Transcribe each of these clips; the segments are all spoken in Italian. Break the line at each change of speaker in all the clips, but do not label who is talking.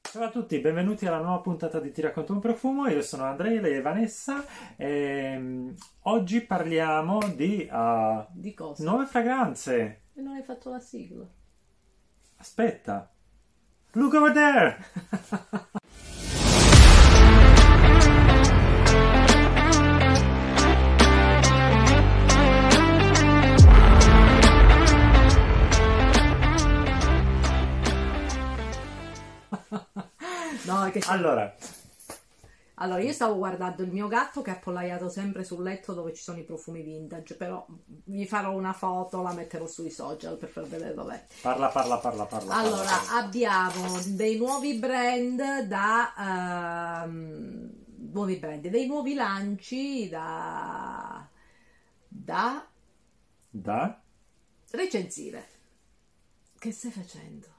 Ciao a tutti, benvenuti alla nuova puntata di Ti racconto un profumo. Io sono Andrea e Vanessa. ehm, oggi parliamo di ah,
Di cosa?
nuove fragranze.
E non hai fatto la sigla.
Aspetta. Look over there!
No, è che se- allora...
Allora,
io stavo guardando il mio gatto che è appollaiato sempre sul letto dove ci sono i profumi vintage, però vi farò una foto, la metterò sui social per far vedere dov'è.
parla, parla, parla, parla. parla,
Allora,
parla.
abbiamo dei nuovi brand da... ehm, nuovi brand, dei nuovi lanci da... da
Da?
recensire. Che stai facendo?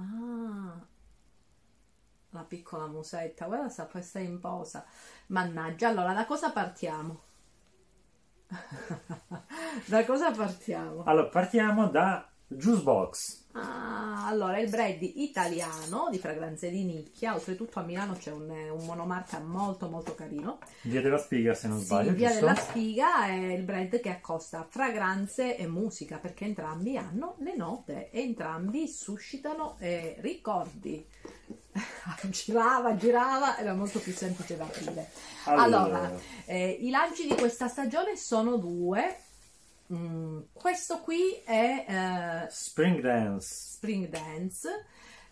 Ah, la piccola musetta, guarda, sta poi sta in posa. Mannaggia, allora da cosa partiamo? da cosa partiamo?
Allora, partiamo da Juice Box.
Ah, allora, il brand italiano di fragranze di nicchia, oltretutto a Milano c'è un, un monomarca molto molto carino.
Via della Spiga, se non
Sì,
sbaglio,
Via
giusto?
della Spiga è il brand che accosta fragranze e musica perché entrambi hanno le note e entrambi suscitano eh, ricordi. girava, girava, era molto più semplice da aprire. Allora, Eh, I lanci di questa stagione sono due. Mm, questo qui è eh,
Spring Dance.
Spring Dance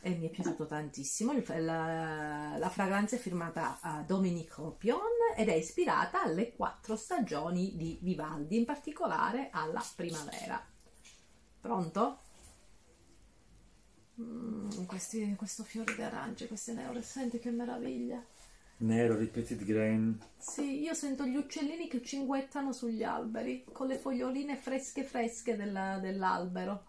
e mi è piaciuto tantissimo. Il- la, la fragranza è firmata a Dominique Ropion ed è ispirata alle quattro stagioni di Vivaldi, in particolare alla primavera. Pronto? Mm, questi- questo fiore d'arance, queste neore, senti che meraviglia.
Nero, Repeated Grain.
Sì, io sento gli uccellini che cinguettano sugli alberi con le foglioline fresche fresche della- dell'albero.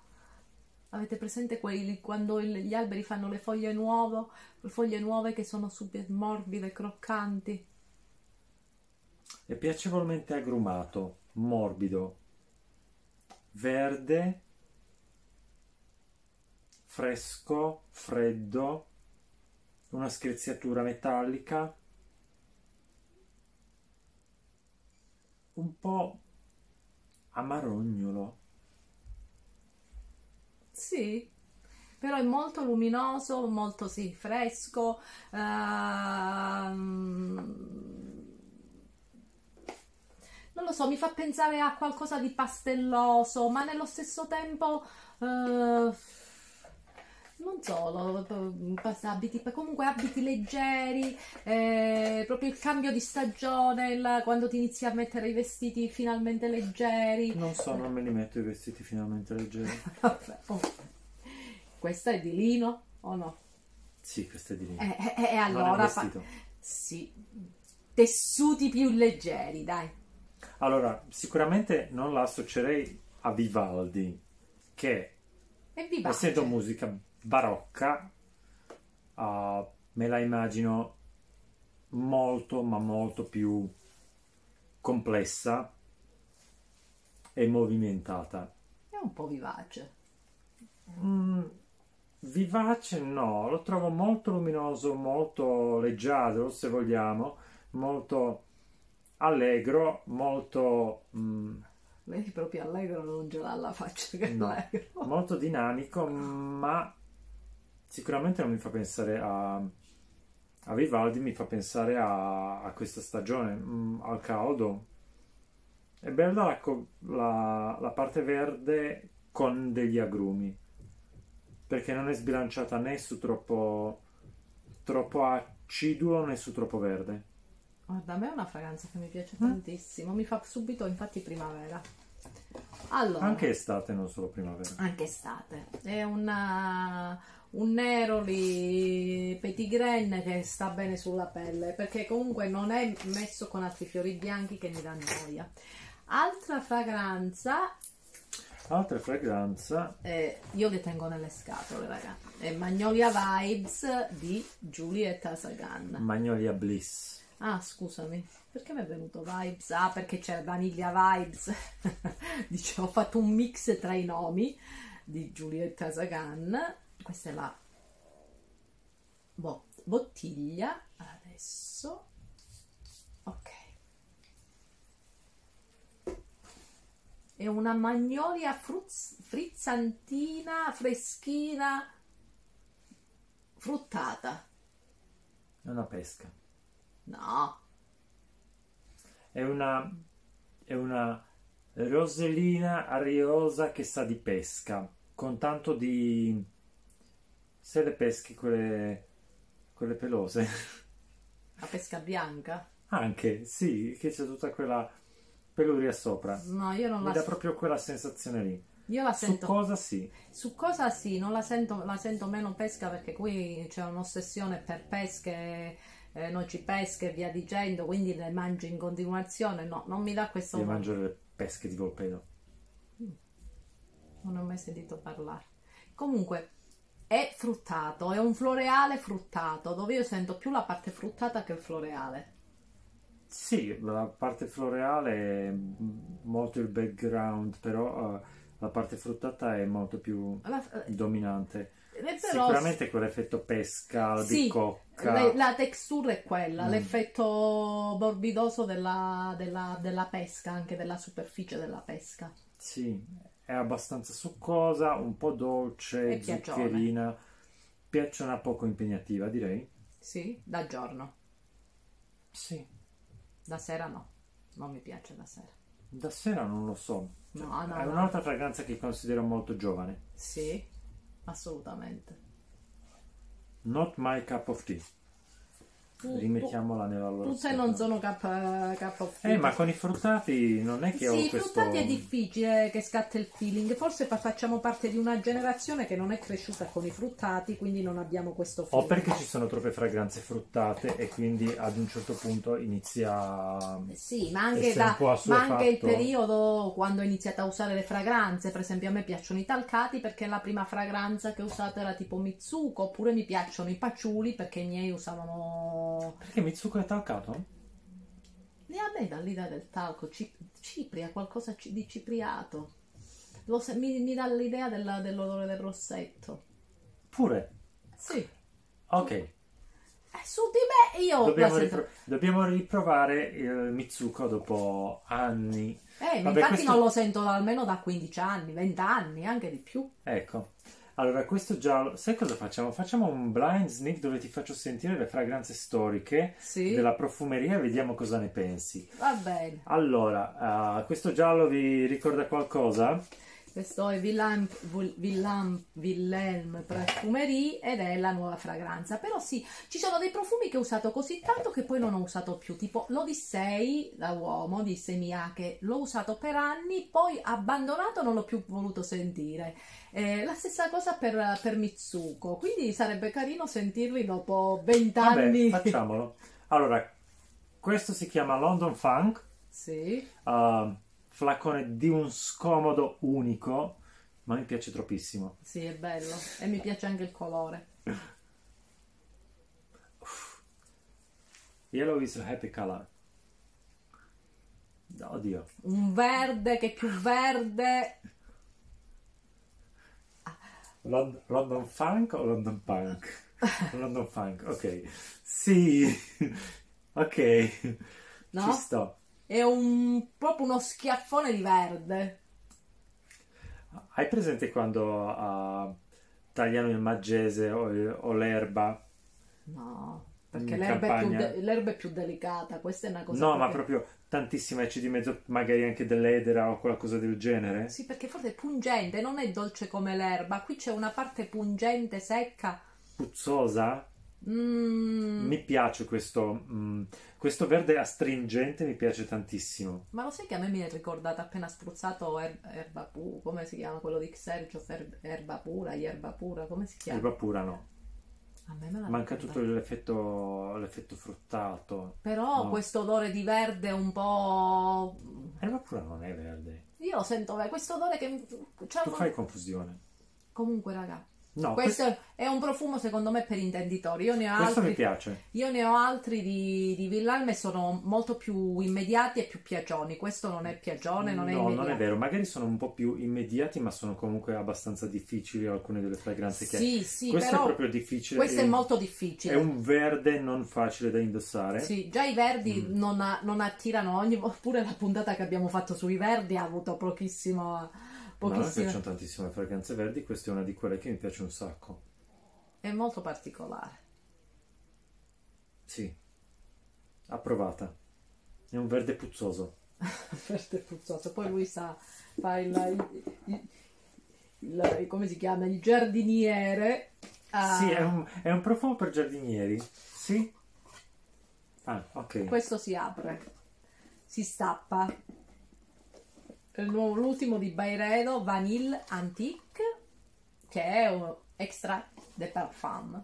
Avete presente quelli quando il- gli alberi fanno le foglie nuove, le foglie nuove che sono subito morbide, croccanti?
È piacevolmente agrumato, morbido, verde, fresco, freddo, una screziatura metallica, un po' amarognolo.
Sì, però è molto luminoso, molto sì, fresco. ehm, Non lo so, mi fa pensare a qualcosa di pastelloso, ma nello stesso tempo, eh, non solo, abiti, comunque abiti leggeri, eh, proprio il cambio di stagione, il- quando ti inizi a mettere i vestiti finalmente leggeri.
Non so, non me li metto i vestiti finalmente leggeri.
Vabbè, oh. Questa è di lino o no?
Sì, queste di lì.
E Eh, allora
non è un
fa-
vestito.
sì, tessuti più leggeri, dai.
Allora, sicuramente non la associerei a Vivaldi, che
E vi
essendo
bacio.
musica barocca, ah, me la immagino molto, ma molto più complessa e movimentata.
È un po' vivace.
Mm, vivace no, lo trovo molto luminoso, molto leggiadro, se vogliamo, molto allegro, molto, mm,
Vedi proprio allegro non ce l'ha la faccia che è
No.
allegro.
molto dinamico, ma sicuramente non mi fa pensare a, a Vivaldi, mi fa pensare a, a questa stagione, mm, al caldo. È bella la, co- la- la parte verde con degli agrumi, perché non è sbilanciata né su troppo, troppo aciduo né su troppo verde.
Guarda, a me è una fragranza che mi piace
Mm.
tantissimo, mi fa subito infatti primavera. Allora,
Anche estate, non solo primavera.
anche estate. È una- un Neroli Petit Grain che sta bene sulla pelle perché comunque non è messo con altri fiori bianchi che mi danno noia. Altra fragranza,
Altra fragranza
eh, io le tengo nelle scatole, raga, è Magnolia Vibes di Giulietta Sagan.
Magnolia Bliss.
Ah, scusami, perché mi è venuto Vibes? Ah, perché c'è Vaniglia Vibes. Dicevo, ho fatto un mix tra i nomi di Giulietta Sagan Questa è la bo- bottiglia. Adesso. Ok. È una magnolia fruz- frizzantina, freschina, fruttata.
È una pesca.
No,
È una, è una rosellina ariosa che sa di pesca, con tanto di... se le peschi quelle, quelle pelose.
la pesca bianca.
Anche, sì, che c'è tutta quella peluria sopra.
No, io non
Mi
la,
dà proprio quella sensazione lì.
io la
Su
sento.
cosa sì,
Su cosa sì, non la sento, la sento meno pesca perché qui c'è un'ossessione per pesche, eh, noci pesche e via dicendo, quindi le mangi in continuazione. No, non mi dà questo.
io mangio le pesche di volpedo.
Non ne ho mai sentito parlare. Comunque è fruttato, è un floreale fruttato, dove io sento più la parte fruttata che il floreale.
Sì, la parte floreale è molto il background, però eh, la parte fruttata è molto più
Alla-
dominante.
eh, però
Sicuramente quell'effetto pesca
Sì,
di cocca.
La, la texture è quella,
Mm.
l'effetto morbidoso della, della- della pesca, anche della superficie della pesca.
Sì, è abbastanza succosa, un po' dolce,
E piacione.
zuccherina, piacciona poco impegnativa, direi.
Sì, da giorno,
Sì,
da sera no, non mi piace da sera.
da sera non lo so.
No, no,
Cioè, È
no.
un'altra fragranza che considero molto giovane.
Sì, assolutamente.
Not my cup of tea.
Tu-
Rimettiamola nella
tu-
loro
Tutte non sono cap, capo
Eh, ma con i fruttati non è che ho
Sì,
questo...
fruttati è difficile che scatta il feeling, forse fa- facciamo parte di una generazione che non è cresciuta con i fruttati, quindi non abbiamo questo
O
feeling.
perché ci sono troppe fragranze fruttate e quindi ad un certo punto inizia...
Sì, ma anche,
Essere un
da-
po'
ma
assuefatto.
anche il periodo quando ho iniziato a usare le fragranze, per esempio a me piacciono i talcati perché la prima fragranza che ho usato era tipo Mitsuko, oppure mi piacciono i paciuli perché i miei usavano...
Perché Mitsuko è talcato?
E a me dall'idea del talco, ci- cipria, qualcosa ci- di cipriato. Lo se- mi, mi dà l'idea della- dell'odore del rossetto.
Pure.
Sì.
Ok,
Eh, Su di me io... la
dobbiamo,
sento-
ripro- dobbiamo riprovare il Mitsuko dopo anni.
Eh, ma
Vabbè,
infatti
questo-
non lo sento da- almeno da 15 anni, 20 anni, anche di più.
Ecco. Allora, questo giallo... Sai cosa facciamo? Facciamo un blind sneak dove ti faccio sentire le fragranze storiche
Sì.
della profumeria e vediamo cosa ne pensi.
Va bene.
Allora, ah, questo giallo vi ricorda qualcosa?
Questo è Villam, Vul- Villam- Villelm Parfumerie ed è la nuova fragranza. Però sì, ci sono dei profumi che ho usato così tanto che poi non ho usato più. Tipo l'Odissei da uomo di Semiache, l'ho usato per anni, poi abbandonato non l'ho più voluto sentire. Eh, la stessa cosa per, per Mitsuko, quindi sarebbe carino sentirli dopo
Vabbè,
vent'anni.
facciamolo. Allora, questo si chiama London Funk,
Sì,
uh, flacone di un scomodo unico, ma mi piace troppissimo.
sì, è bello e mi piace anche il colore.
Yellow is a happy color. Oddio,
Un verde che è più verde.
Lon- London Funk o London Punk? London Funk, ok. Sì, ok,
No?
ci sto.
È un, proprio uno schiaffone di verde.
Hai presente quando uh, tagliano il maggese o, o l'erba?
No, perché
In
l'erba è, più
Mm, campagna.
de- l'erba è più delicata, questa è una cosa...
No, ma
proprio-
proprio tantissima e c'è di mezzo magari anche dell'edera o qualcosa del genere.
Sì, perché forse è pungente, non è dolce come l'erba. Qui c'è una parte pungente, secca.
Puzzosa.
Mm,
Mi piace questo, mm, questo verde astringente, mi piace tantissimo.
Ma lo sai che a me mi è ricordata appena spruzzato er- erba pura, come si chiama quello di Xergio? Fer- erba pura, erba pura, come si chiama?
Erba pura no.
A me me la
Manca
ricorda.
tutto l'effetto, l'effetto fruttato.
Però
No.
questo odore di verde un po'...
Erba pura non è verde.
Io lo sento, eh, questo odore che... c'è
Tu
un-
fai confusione.
Comunque, raga,
No, questo,
Questo è un profumo secondo me per intenditori. Io ne ho
questo mi
altri,
piace.
io ne ho altri di, di Villalme, sono molto più immediati e più piagioni. Questo non è piagione, non è
no,
immediato.
non è vero, magari sono un po' più immediati, ma sono comunque abbastanza difficili alcune delle fragranze che
Sì, sì,
Questo è
però
proprio difficile.
questo è
un-
molto
È
difficile.
un verde non facile da indossare.
Sì, già i verdi
Mm.
non, a- non attirano ogni volta, pure la puntata che abbiamo fatto sui verdi ha avuto pochissimo...
Ma a me
pochissime-
piacciono tantissime fragranze verdi, questa è una di quelle che mi piace un sacco.
È molto particolare.
Sì. Approvata. È un verde puzzoso.
Verde puzzoso. Poi lui sa, fa il, il- il- il- come si chiama? Il giardiniere. Ah,
Sì, è un, è un profumo per giardinieri. Sì. Ah, ok.
Questo si apre, si stappa. Il nuovo- l'ultimo di Bairedo, Vanille Antique, che è un extra de parfum.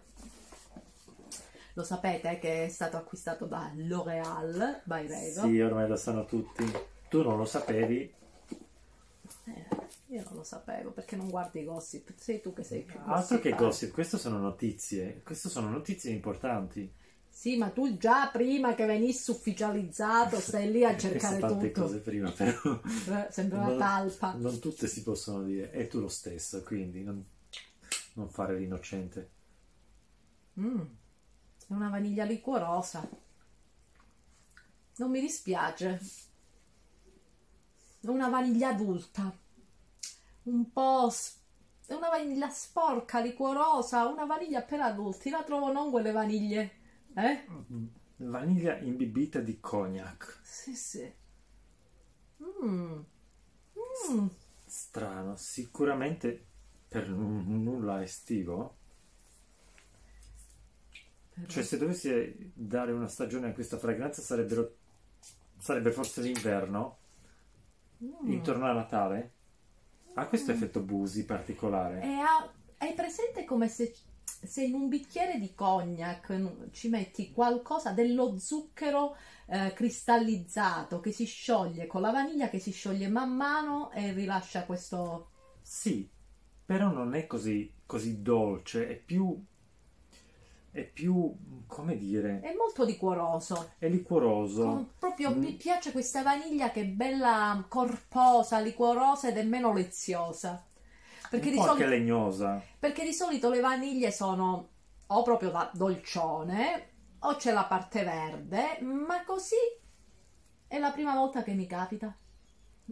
Lo sapete che è stato acquistato da L'Oreal Bairedo.
Sì, ormai lo sanno tutti. Tu non lo sapevi.
Eh, io non lo sapevo perché non guardi i gossip, sei tu che sei più
Altro che
gossiparo.
gossip, queste sono notizie. Queste sono notizie importanti.
Sì, ma tu già prima che venisse ufficializzato stai lì a
Ho
cercare
visto tante
tutto. Ah.
cose prima, però.
Eh, Sembra una
Non-
talpa.
Non tutte si possono dire, e tu lo stesso, quindi non, non fare l'innocente.
Mm, è una vaniglia liquorosa. Non mi dispiace. È una vaniglia adulta. Un po'... s- È una vaniglia sporca, liquorosa, una vaniglia per adulti. La trovo non quelle vaniglie. Eh?
Vaniglia imbibita di cognac.
Sì, sì. Mm. Mm.
Strano, sicuramente per n- nulla estivo. Cioè, se dovessi dare una stagione a questa fragranza sarebbero, sarebbe forse l'inverno,
Mm.
intorno a Natale. Ha questo effetto busi particolare.
E ha- hai presente come se, se in un bicchiere di cognac n- ci metti qualcosa dello zucchero eh, cristallizzato che si scioglie con la vaniglia che si scioglie man mano e rilascia questo...
Sì, però non è così, così dolce, è più... è più... come dire...
È molto liquoroso.
è liquoroso.
Con- proprio
Mm.
mi piace questa vaniglia che è bella corposa, liquorosa ed è meno leziosa. Perché diciamo
un
di
po'
solito...
anche legnosa.
Perché di solito le vaniglie sono o proprio da dolcione o c'è la parte verde, ma così è la prima volta che mi capita.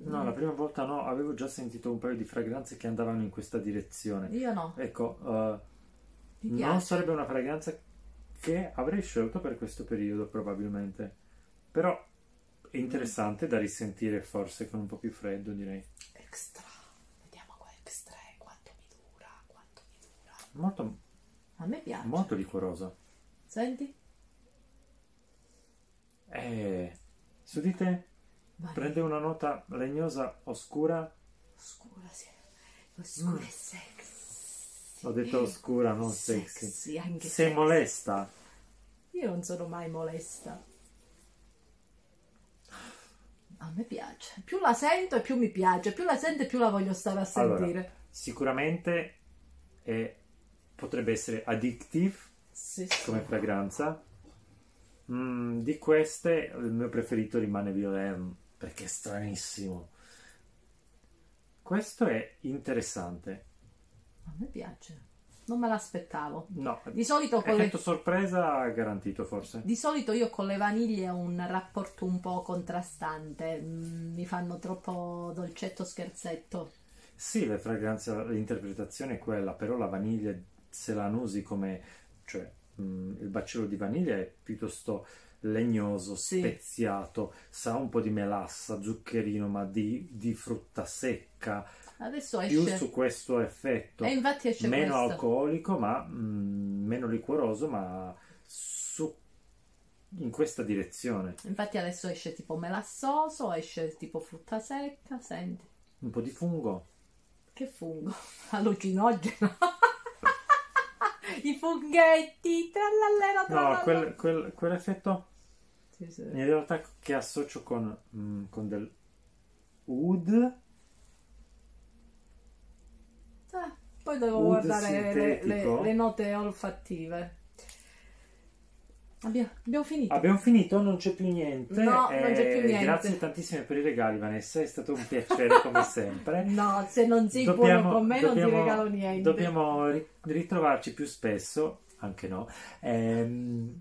Mm.
No, la prima volta no, avevo già sentito un paio di fragranze che andavano in questa direzione.
Io no,
Ecco, eh,
mi
non
piace.
sarebbe una fragranza che avrei scelto per questo periodo probabilmente, però è interessante da risentire forse con un po' più freddo direi.
Extra, vediamo qua extra, è, quanto mi dura, quanto mi dura.
Molto,
A me piace.
molto liquorosa.
Senti?
Eh, su di te
Vaniglia
prende una nota legnosa oscura,
oscura, sì. Oscura e sexy.
ho Mm. detto
Eh,
oscura, non
sexy.
sexy.
anche
Sei
sexy.
molesta.
Io non sono mai molesta. A me piace. Più la sento e più mi piace. Più la sento e più la voglio stare a
Allora,
sentire.
Sicuramente è- potrebbe essere addictive
Sì, sì.
come fragranza. Mm, di queste il mio preferito rimane Violem perché è stranissimo. Questo è interessante.
A me piace. Non me l'aspettavo.
No,
Di solito, con le-
effetto sorpresa garantito forse.
di solito io con le vaniglie ho un rapporto un po' contrastante. Mm, Mi fanno troppo dolcetto scherzetto.
Sì, le fragranze, l'interpretazione è quella, però la vaniglia, se la usi come, cioè, mh, il baccello di vaniglia è piuttosto legnoso,
Sì.
speziato, sa un po' di melassa, zuccherino, ma di, di frutta secca,
Adesso
più
esce.
su questo effetto,
E infatti esce
meno
questo.
alcolico, ma mh, meno liquoroso, ma su, in questa direzione.
Infatti adesso esce tipo melassoso, esce tipo frutta secca. Senti.
Un po' di fungo,
Che fungo? Allucinogeno. I funghetti. Trallallera,
no,
trallallera.
quel- quel- quell'effetto...
Sì, sì.
In realtà che associo con, mm, con del wood,
Ah, Poi devo
Oud
guardare le,
sintetico.
le- le note olfattive. Abbiamo, abbiamo finito.
Abbiamo finito, non c'è più niente. Eh,
No, non c'è più niente.
Grazie tantissime per i regali, Vanessa. È stato un Ah, piacere come sempre.
No, se non sei buono con me non ti regalo niente.
Dobbiamo ri- ritrovarci più spesso, anche no. Ehm,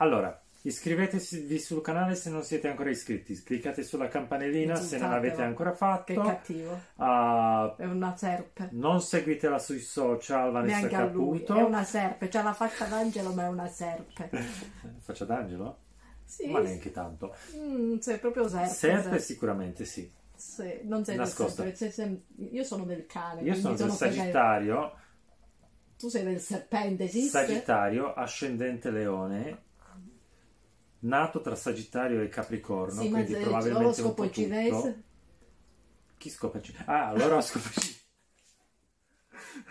allora, iscrivetevi sul canale se non siete ancora iscritti, cliccate sulla campanellina se non
Insultatelo.
l'avete ancora
Che
fatto.
cattivo.
Ah,
È una serpe.
non seguitela sui social, Vanessa
Neanche a lui.
Caputo.
È una serpe. C'ha la faccia d'angelo, ma è una serpe.
Faccia d'angelo?
Sì.
Ma neanche tanto.
Mm, sei proprio serpe.
Serpe sicuramente sì.
Eh, Sì, non sei del
Nascosta.
serpente, sei sem- io sono del cane.
Io
quindi
sono del
fregata.
Sagittario,
Tu sei del serpente, esiste?
Sagittario, ascendente leone, nato tra Sagittario e Capricorno,
Sì, ma
quindi
se-
probabilmente un
l'oroscopo
po' tutto.
cinese.
Chi scopa cinese? Ah, l'oroscopo cinese.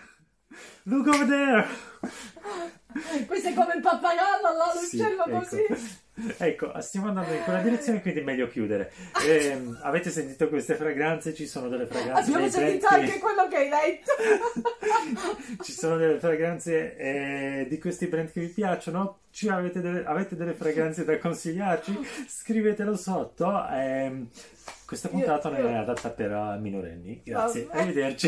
Look over there!
Eh, Questo è come il pappagallo, là,
Sì,
l'uccello Ah, così.
Ecco. Ecco, stiamo andando in quella direzione, quindi è meglio chiudere. Ehm, avete sentito queste fragranze? Ci sono delle fragranze
Abbiamo
nei
sentito
prezzi.
anche quello che hai detto.
Ci sono delle fragranze eh, di questi brand che vi piacciono? Ci avete, delle, avete delle fragranze da consigliarci? Scrivetelo sotto. ehm, questa puntata non è adatta per eh, minorenni. Grazie,
Vabbè.
arrivederci.